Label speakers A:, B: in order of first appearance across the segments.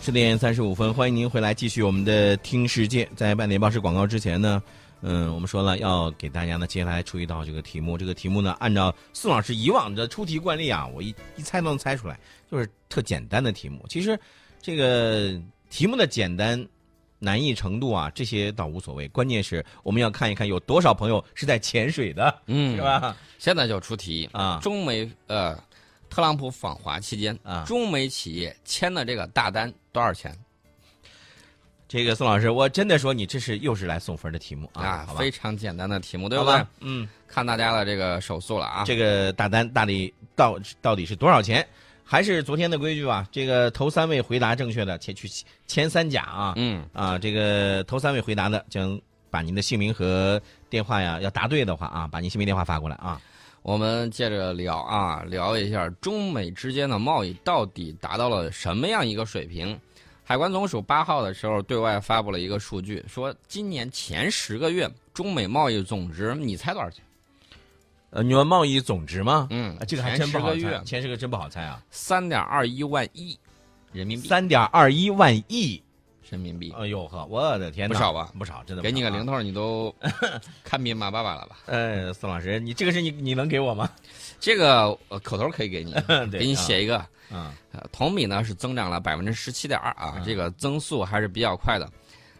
A: 十点三十五分，欢迎您回来继续我们的听世界。在半点报时广告之前呢，嗯，我们说了要给大家呢接下来出一道这个题目。这个题目呢，按照宋老师以往的出题惯例啊，我一一猜都能猜出来，就是特简单的题目。其实这个题目的简单。难易程度啊，这些倒无所谓，关键是我们要看一看有多少朋友是在潜水的，
B: 嗯，
A: 是？吧？
B: 现在就出题，
A: 啊，
B: 中美呃，特朗普访华期间
A: 啊
B: 中美企业签的这个大单多少钱
A: 这个宋老师，我真的说你这是又是来送分的题目啊，好吧？
B: 非常简单的题目，对
A: 好
B: 不对
A: 吧？，嗯，
B: 看大家的这个手速了啊，
A: 这个大单大底到到底是多少钱？还是昨天的规矩吧，这个头三位回答正确的前去前三甲啊、
B: 嗯，
A: 啊，这个头三位回答的将把您的姓名和电话呀，要答对的话啊，把您姓名电话发过来啊。
B: 我们接着聊啊，聊一下中美之间的贸易到底达到了什么样一个水平。海关总署八号的时候对外发布了一个数据，说今年前十个月中美贸易总值，你猜多少钱？
A: 呃，你们贸易总值吗？
B: 嗯
A: 啊，这个还
B: 前
A: 真
B: 十
A: 不好
B: 个
A: 猜
B: 月，
A: 前十个真不好猜啊，
B: 三点二一万亿人民币，
A: 三点二一万亿，
B: 人民币，
A: 哎呦呵，我的天哪，
B: 不少吧
A: 不少，真的不
B: 给你
A: 少
B: 个
A: 啊
B: 零头儿，你都看病马爸爸了吧？
A: 呃，宋老师，你这个是你你能给我吗？
B: 这个呃口头儿可以给你，
A: 对
B: 给你
A: 啊
B: 写一个。
A: 啊，
B: 呃，同比呢是增长了百分之十七点二啊，
A: 嗯
B: 这个增速还是比较快的。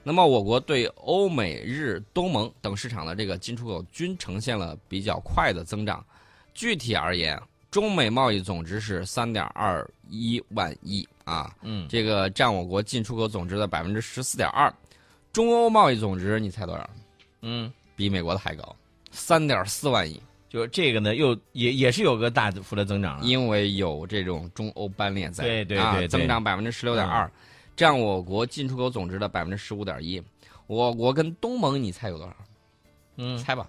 B: 那么，我国对欧美日、东盟等市场的这个进出口均呈现了比较快的增长。具体而言，中美贸易总值是三点二一万亿啊，
A: 嗯，
B: 这个占我国进出口总值的百分之十四点二。中欧贸易总值你猜多少？
A: 嗯，
B: 比美国的还高，三点四万亿，
A: 就这个呢，又也也是有个大幅的增长了。
B: 因为有这种中欧班列在，
A: 嗯对对
B: 啊
A: 对对嗯
B: 增长百分之十六点二，占我国进出口总值的百分之十五点一。我国跟东盟，你猜有多少？
A: 嗯，
B: 猜吧，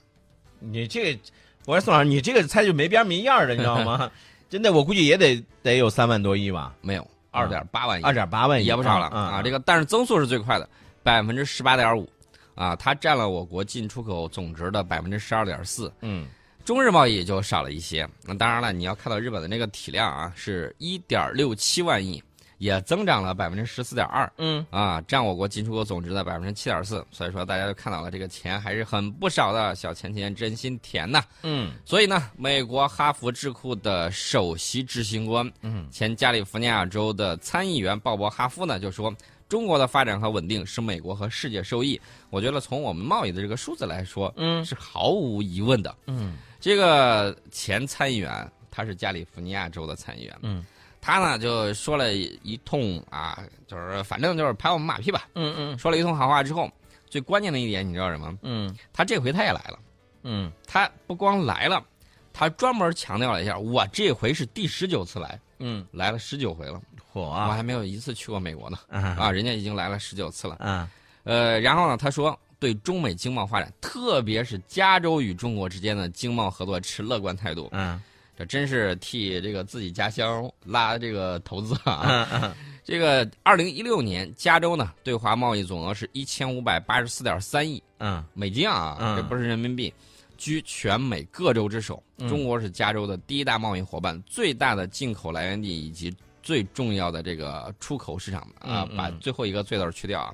A: 你这个，我说宋老师，你这个猜就没边没样儿的，你知道 吗？真的，我估计也得得有三万多亿吧，
B: 没有，
A: 啊
B: 二点八万亿，
A: 二点八万亿
B: 也不少了
A: 啊。
B: 这
A: 个
B: 个但是增速是最快的，百分之十八点五，啊，它占了我国进出口总值的百分之十二点四。
A: 嗯
B: 中日贸易也就少了一些。那当然了，你要看到日本的那个体量啊，是一点六七万亿，也增长了百分之十四点二。
A: 嗯
B: 啊，占我国进出口总值的百分之七点四，所以说大家就看到了这个钱还是很不少的，小钱钱真心甜呐。
A: 嗯
B: 所以呢，美国哈佛智库的首席执行官，
A: 嗯，
B: 前加利福尼亚州的参议员鲍勃哈夫呢就说，中国的发展和稳定使美国和世界受益。我觉得从我们贸易的这个数字来说，
A: 嗯
B: 是毫无疑问的。
A: 嗯
B: 这个前参议员，他是加利福尼亚州的参议员，
A: 嗯，
B: 他呢就说了一通啊，就是反正就是拍我们马屁吧，
A: 嗯嗯
B: 说了一通好话之后，最关键的一点你知道什么？
A: 嗯
B: 他这回他也来了，
A: 嗯，
B: 他不光来了，他专门强调了一下，我这回是第十九次来，
A: 嗯，
B: 来了十九回了，
A: 火
B: 我
A: 啊
B: 还没有一次去过美国呢，
A: 啊
B: 啊，人家已经来了十九次了。
A: 啊
B: 呃，然后呢，他说对中美经贸发展，特别是加州与中国之间的经贸合作持乐观态度，
A: 啊
B: 这真是替这个自己家乡拉这个投资啊。
A: 啊！
B: 这个二零一六年，加州呢对华贸易总额是一千五百八十四点三亿
A: 嗯
B: 美金啊，
A: 嗯
B: 这不是人民币，居全美各州之首。
A: 嗯
B: 中国是加州的第一大贸易伙伴、最大的进口来源地以及最重要的这个出口市场啊
A: 嗯，嗯
B: 把最后一个“最”字儿去掉啊。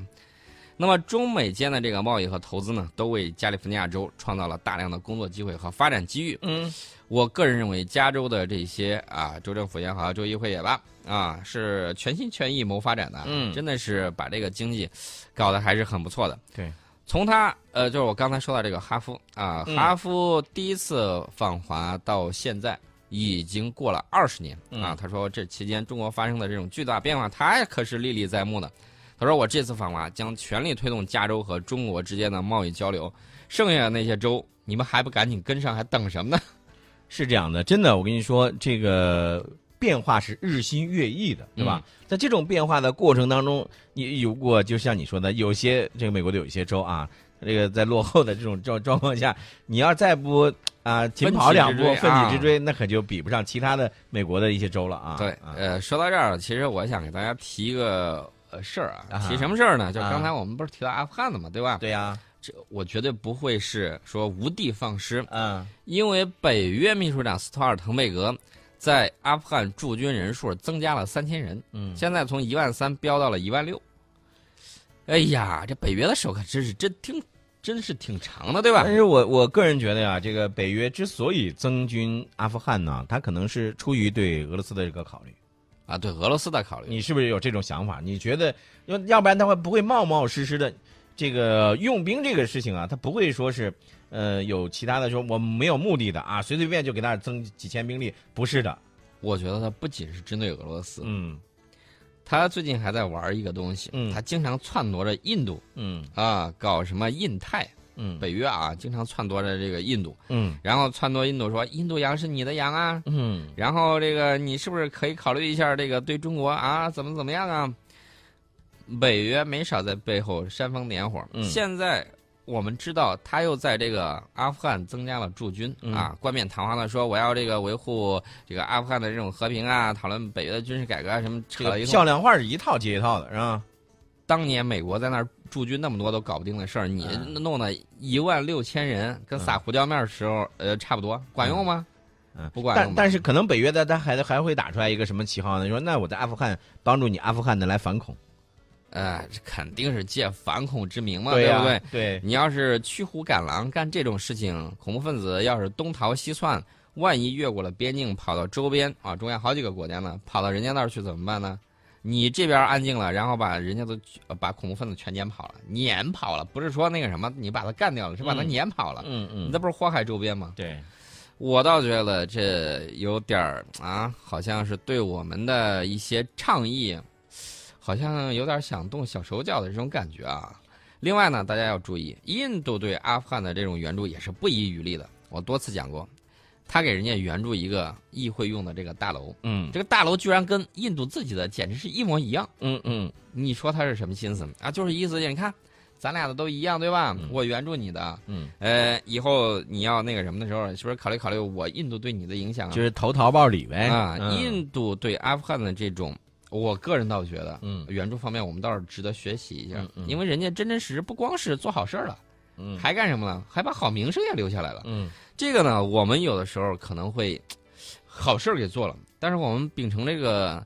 B: 那么，中美间的这个贸易和投资呢，都为加利福尼亚州创造了大量的工作机会和发展机遇。
A: 嗯
B: 我个人认为，加州的这些啊，州政府也好，州议会也罢，啊，是全心全意谋发展的，
A: 嗯
B: 真的是把这个经济搞得还是很不错的。
A: 对，
B: 从他呃，就是我刚才说到这个哈夫啊，
A: 嗯
B: 哈夫第一次访华到现在已经过了二十年、
A: 嗯
B: 啊，他说这期间中国发生的这种巨大变化，他可是历历在目的。他说：“我这次访华将全力推动加州和中国之间的贸易交流，剩下的那些州，你们还不赶紧跟上，还等什么呢？”
A: 是这样的，真的，我跟你说，这个变化是日新月异的，对吧？
B: 嗯
A: 在这种变化的过程当中，你如果就像你说的，有些这个美国的有一些州啊，这个在落后的这种状状况下，你要再不啊、紧跑两步，
B: 奋起直追
A: 奋
B: 啊
A: 起直追，那可就比不上其他的美国的一些州了啊。
B: 对
A: 啊，
B: 呃，说到这儿，其实我想给大家提一个呃事儿
A: 啊
B: 啊，提什么事儿呢？就
A: 啊
B: 刚才我们不是提到阿富汗的嘛，对吧？
A: 对呀、
B: 这我绝对不会是说无的放矢，
A: 嗯
B: 因为北约秘书长斯托尔滕贝格在阿富汗驻军人数增加了三千人，
A: 嗯，
B: 现在从一万三飙到了一万六。哎呀，这北约的手可真是真挺，真是挺长的，对吧
A: 但？是我我个人觉得呀，这个北约之所以增军阿富汗呢，它可能是出于对俄罗斯的这个考虑。
B: 啊，对俄罗斯的考虑，
A: 你是不是有这种想法？你觉得要要不然他会不会冒冒失失的？这个用兵这个事情啊，他不会说是呃有其他的说我没有目的的啊，随随便就给那儿增几千兵力，不是的。
B: 我觉得它不仅是针对俄罗斯，
A: 嗯
B: 他最近还在玩一个东西，
A: 嗯
B: 他经常篡夺着印度
A: 嗯
B: 啊，搞什么印太
A: 嗯
B: 北约啊，经常篡夺着这个印度，
A: 嗯
B: 然后篡夺印度说印度洋是你的洋啊，
A: 嗯
B: 然后这个你是不是可以考虑一下这个对中国啊怎么怎么样啊？北约没少在背后煽风点火。
A: 嗯
B: 现在我们知道他又在这个阿富汗增加了驻军、
A: 嗯
B: 啊，冠冕堂皇的说我要这个维护这个阿富汗的这种和平啊，讨论北约的军事改革啊什么，
A: 这
B: 扯了
A: 个
B: 一通
A: 漂亮话是一套接一套的，是吧？
B: 当年美国在那儿驻军那么多都搞不定的事儿，你
A: 嗯
B: 弄了一万六千人，跟撒胡椒面儿时候、呃差不多，管用吗？
A: 嗯，
B: 不管用
A: 但
B: 吧
A: 但是可能北约的他还还会打出来一个什么旗号呢？说那我在阿富汗帮助你阿富汗的来反恐，
B: 呃，这肯定是借反恐之名嘛，
A: 呀、
B: 不对？
A: 对，
B: 你要是驱虎赶狼干这种事情，恐怖分子要是东逃西窜，万一越过了边境跑到周边啊，中亚好几个国家呢，跑到人家那儿去怎么办呢？你这边安静了，然后把人家都呃把恐怖分子全撵跑了，撵跑了，不是说那个什么，你把他干掉了，是把他
A: 嗯
B: 撵跑了，
A: 嗯
B: 你
A: 嗯
B: 这，不是祸害周边吗？
A: 对，
B: 我倒觉得这有点儿啊，好像是对我们的一些倡议，好像有点想动小手脚的这种感觉啊。另外呢，大家要注意，印度对阿富汗的这种援助也是不遗余力的。我多次讲过，他给人家援助一个议会用的这个大楼，
A: 嗯
B: 这个大楼居然跟印度自己的简直是一模一样。
A: 嗯嗯
B: 你说他是什么心思啊？就是意思，你看咱俩的都一样，对吧？
A: 嗯
B: 我援助你的，
A: 嗯，
B: 呃，以后你要那个什么的时候，是不是考虑考虑我印度对你的影响啊？
A: 就是投桃报李呗
B: 啊，
A: 嗯
B: 印度对阿富汗的这种，我个人倒觉得，
A: 嗯
B: 援助方面我们倒是值得学习一下
A: 嗯，嗯
B: 因为人家真真实实不光是做好事儿了，
A: 嗯
B: 还干什么呢？还把好名声也留下来了。
A: 嗯
B: 这个呢，我们有的时候可能会好事儿给做了，但是我们秉承这个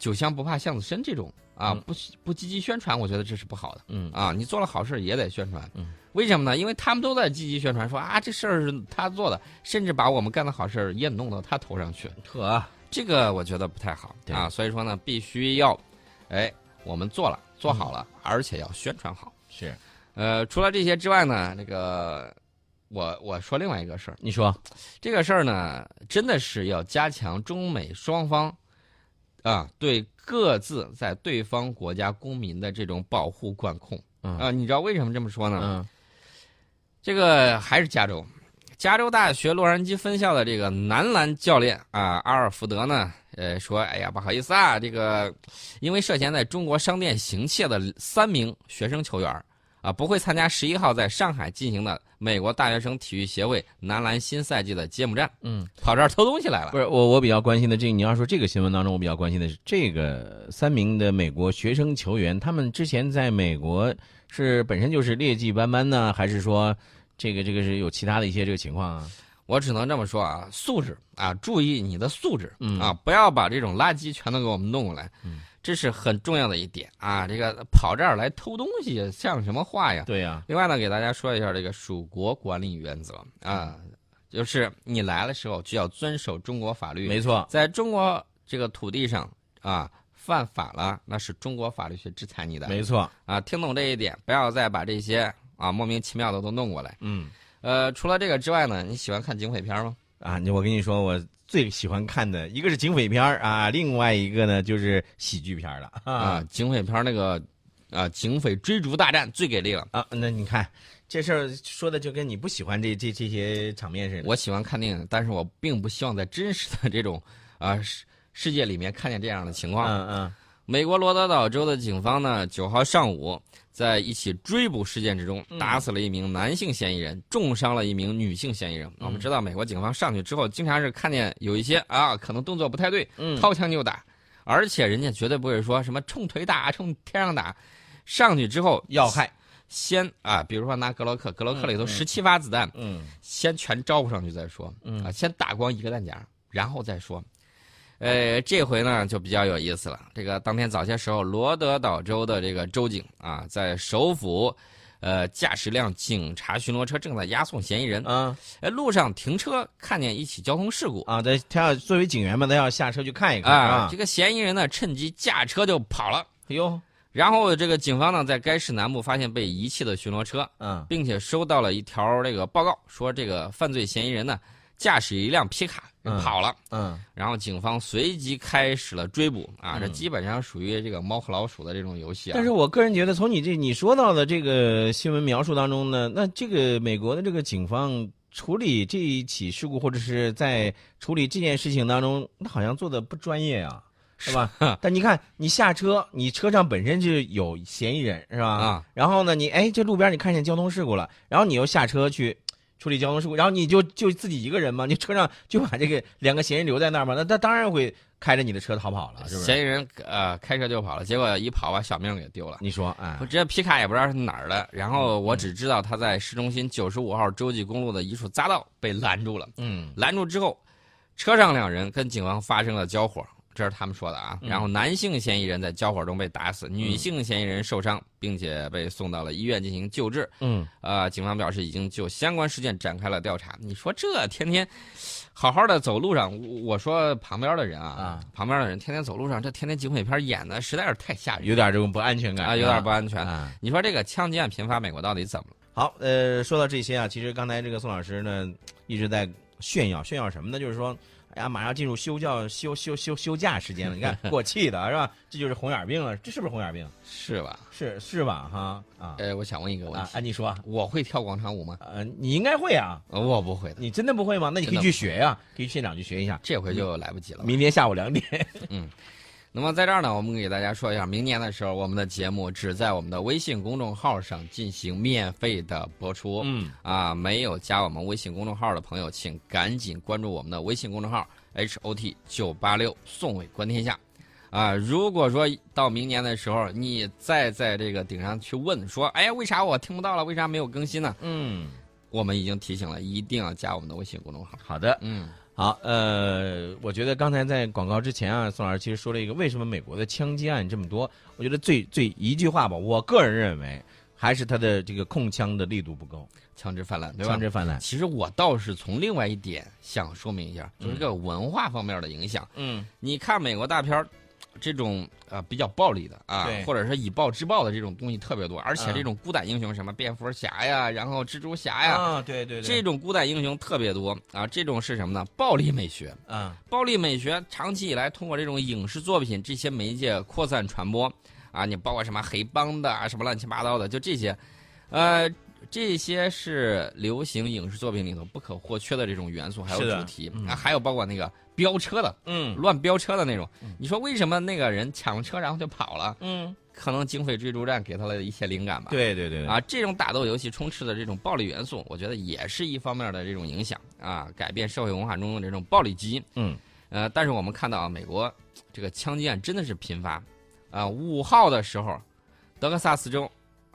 B: 酒香不怕巷子深这种啊，
A: 嗯
B: 不不积极宣传，我觉得这是不好的。
A: 嗯
B: 啊，你做了好事也得宣传。
A: 嗯
B: 为什么呢？因为他们都在积极宣传说啊，这事儿是他做的，甚至把我们干的好事儿也弄到他头上去。
A: 呵，
B: 这个我觉得不太好
A: 嗯对
B: 啊，所以说呢，必须要，哎，我们做了，做好了，
A: 嗯
B: 而且要宣传好。
A: 是
B: 呃，除了这些之外呢，那个我我说另外一个事儿，
A: 你说，
B: 这个事儿呢，真的是要加强中美双方啊对各自在对方国家公民的这种保护管控。
A: 嗯
B: 啊，你知道为什么这么说呢？
A: 嗯
B: 这个还是加州，加州大学洛杉矶分校的这个男篮教练啊，阿尔福德呢，呃，说，哎呀，不好意思啊，这个因为涉嫌在中国商店行窃的三名学生球员儿啊，不会参加十一号在上海进行的美国大学生体育协会男篮新赛季的揭幕战，
A: 嗯，
B: 跑这儿偷东西来了
A: 不。是我我比较关心的这个，你要说这个新闻当中，我比较关心的是这个三名的美国学生球员，他们之前在美国是本身就是劣迹斑斑呢，还是说这个这个是有其他的一些这个情况啊？
B: 我只能这么说啊，素质啊，注意你的素质、
A: 嗯
B: 啊，不要把这种垃圾全都给我们弄过来，这是很重要的一点啊。这个跑这儿来偷东西，像什么话呀？
A: 对啊呀、
B: 另外呢，给大家说一下这个属国管理原则啊，
A: 嗯
B: 就是你来的时候就要遵守中国法律，
A: 没错，
B: 在中国这个土地上啊犯法了，那是中国法律去制裁你的
A: 没错，
B: 啊。听懂这一点，不要再把这些啊莫名其妙的都弄过来。
A: 嗯
B: 呃，除了这个之外呢，你喜欢看警匪片吗？
A: 啊，你我跟你说，我最喜欢看的一个是警匪片儿啊，另外一个呢就是喜剧片儿了
B: 啊，警匪片那个啊，警匪追逐大战最给力了。
A: 啊，那你看这事儿说的就跟你不喜欢这这这些场面似的。
B: 我喜欢看电影，但是我并不希望在真实的这种啊世世界里面看见这样的情况。
A: 嗯嗯
B: 美国罗德岛州的警方呢，九号上午在一起追捕事件之中，
A: 嗯
B: 打死了一名男性嫌疑人，重伤了一名女性嫌疑人。
A: 嗯
B: 我们知道，美国警方上去之后，经常是看见有一些啊，可能动作不太对，
A: 嗯，
B: 掏枪就打，而且人家绝对不会说什么冲腿打、冲天上打。上去之后，
A: 要害，
B: 先啊，比如说拿格洛克，格洛克里
A: 嗯
B: 头
A: 嗯
B: 十七发子弹，
A: 嗯
B: 先全招呼上去再说，
A: 嗯
B: 啊，先打光一个弹夹，然后再说。呃，这回呢就比较有意思了。这个当天早些时候，罗德岛州的这个州警啊，在首府，呃，驾驶辆警察巡逻车正在押送嫌疑人，
A: 啊
B: 哎，路上停车看见一起交通事故
A: 啊，对，他要作为警员嘛，他要下车去看一看
B: 啊，
A: 啊
B: 这。个嫌疑人呢趁机驾车就跑了。
A: 哎呦，
B: 然后这个警方呢在该市南部发现被遗弃的巡逻车，
A: 嗯
B: 并且收到了一条这个报告，说这个犯罪嫌疑人呢驾驶一辆皮卡
A: 嗯
B: 跑了。
A: 嗯，
B: 然后警方随即开始了追捕啊，
A: 嗯
B: 这基本上属于这个猫和老鼠的这种游戏啊。
A: 但是我个人觉得，从你这你说到的这个新闻描述当中呢，那这个美国的这个警方处理这一起事故，或者是在处理这件事情当中，那好像做的不专业啊，是吧？但你看，你下车，你车上本身就有嫌疑人，是吧？
B: 啊。
A: 然后呢，你哎，这路边你看见交通事故了，然后你又下车去。处理交通事故，然后你就就自己一个人嘛，你车上就把这个两个嫌疑人留在那儿嘛，那他当然会开着你的车逃跑了，是不是？
B: 嫌疑人呃开车就跑了，结果一跑把小命给丢了。
A: 你说，哎
B: 我，这皮卡也不知道是哪儿的，然后
A: 嗯
B: 我只知道他在市中心九十五号洲际公路的一处匝道被拦住了。
A: 嗯
B: 拦住之后，车上两人跟警方发生了交火，这是他们说的啊。
A: 嗯
B: 然后男性嫌疑人在交火中被打死，女性嫌疑人受伤，并且被送到了医院进行救治。
A: 嗯，
B: 呃，警方表示已经就相关事件展开了调查。你说这天天好好的走路上，我我说旁边的人啊，
A: 啊
B: 旁边的人天天走路上，这天天警匪片演的实在是太吓人
A: 嗯有点这种不安全感
B: 啊，有点不安全。
A: 啊。
B: 你说这个枪击案频发，美国到底怎么了？
A: 好，呃，说到这些啊，其实刚才这个宋老师呢一直在炫耀，炫耀什么呢？就是说，哎呀，马上进入休教休休休休假时间了， 你看给我气的是吧？这就是红眼病了，这是不是红眼病？
B: 是吧？
A: 是是吧？哈啊
B: 呃，我想问一个问
A: 啊
B: 题，，
A: 哎，你说，
B: 我会跳广场舞吗？
A: 呃，你应该会啊，
B: 呃我不会的，
A: 你真的不会吗？那你可以
B: 真的
A: 去学呀、可以去现场去学一下。
B: 这回就来不及了吧。
A: 嗯明天下午两点，
B: 那么在这儿呢，我们给大家说一下，明年的时候，我们的节目只在我们的微信公众号上进行免费的播出。
A: 嗯，
B: 啊，没有加我们微信公众号的朋友，请赶紧关注我们的微信公众号 H O T 九八六，宋伟观天下。啊，如果说到明年的时候，你再在这个顶上去问说，哎呀，为啥我听不到了？为啥没有更新呢？
A: 嗯，
B: 我们已经提醒了，一定要加我们的微信公众号。
A: 好的，
B: 嗯，
A: 好，呃，我觉得刚才在广告之前啊，宋老师其实说了一个为什么美国的枪击案这么多，我觉得最最一句话吧，我个人认为还是他的这个控枪的力度不够，
B: 枪支泛滥，对吧
A: 枪？支泛滥。
B: 其实我倒是从另外一点想说明一下，就是这个文化方面的影响。
A: 嗯
B: 你看美国大片儿，这种呃比较暴力的啊
A: 对，
B: 或者是以暴制暴的这种东西特别多，而且
A: 嗯
B: 这种孤胆英雄，什么蝙蝠侠呀，然后蜘蛛侠呀，
A: 啊，对对
B: 这种孤胆英雄特别多啊。这种是什么呢？暴力美学，
A: 啊，
B: 暴力美学长期以来通过这种影视作品这些媒介扩散传播啊，你包括什么黑帮的啊，什么乱七八糟的，就这些，呃，这些是流行影视作品里头不可或缺的这种元素，还有
A: 是的
B: 主题
A: 嗯
B: 啊，还有包括那个飙车的。
A: 嗯
B: 乱飙车的那种。你说为什么那个人抢车然后就跑了？
A: 嗯，
B: 可能警匪追逐战给他了一些灵感吧。
A: 对对对，
B: 啊，这种打斗游戏充斥的这种暴力元素，我觉得也是一方面的这种影响啊，改变社会文化中的这种暴力基因。
A: 嗯，
B: 呃，但是我们看到啊，美国这个枪击案真的是频发啊。五号的时候，德克萨斯州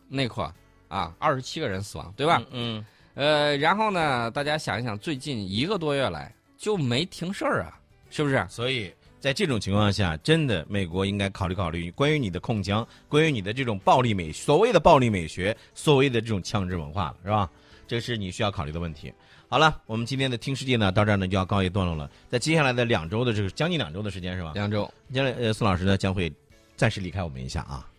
B: 那块儿啊，二十七个人死亡，对
A: 对
B: 吧？？
A: 嗯
B: 呃，然后呢，大家想一想，最近一个多月来就没停事儿啊，是不是？
A: 所以在这种情况下，真的美国应该考虑考虑关于你的控枪，关于你的这种暴力美，所谓的暴力美学，所谓的这种枪支文化了，是吧？这是你需要考虑的问题。好了，我们今天的听世界呢，到这儿呢就要告一段落了。在接下来的两周的这个将近两周的时间是吧？
B: 两周。
A: 接下来呃，宋老师呢将会暂时离开我们一下啊。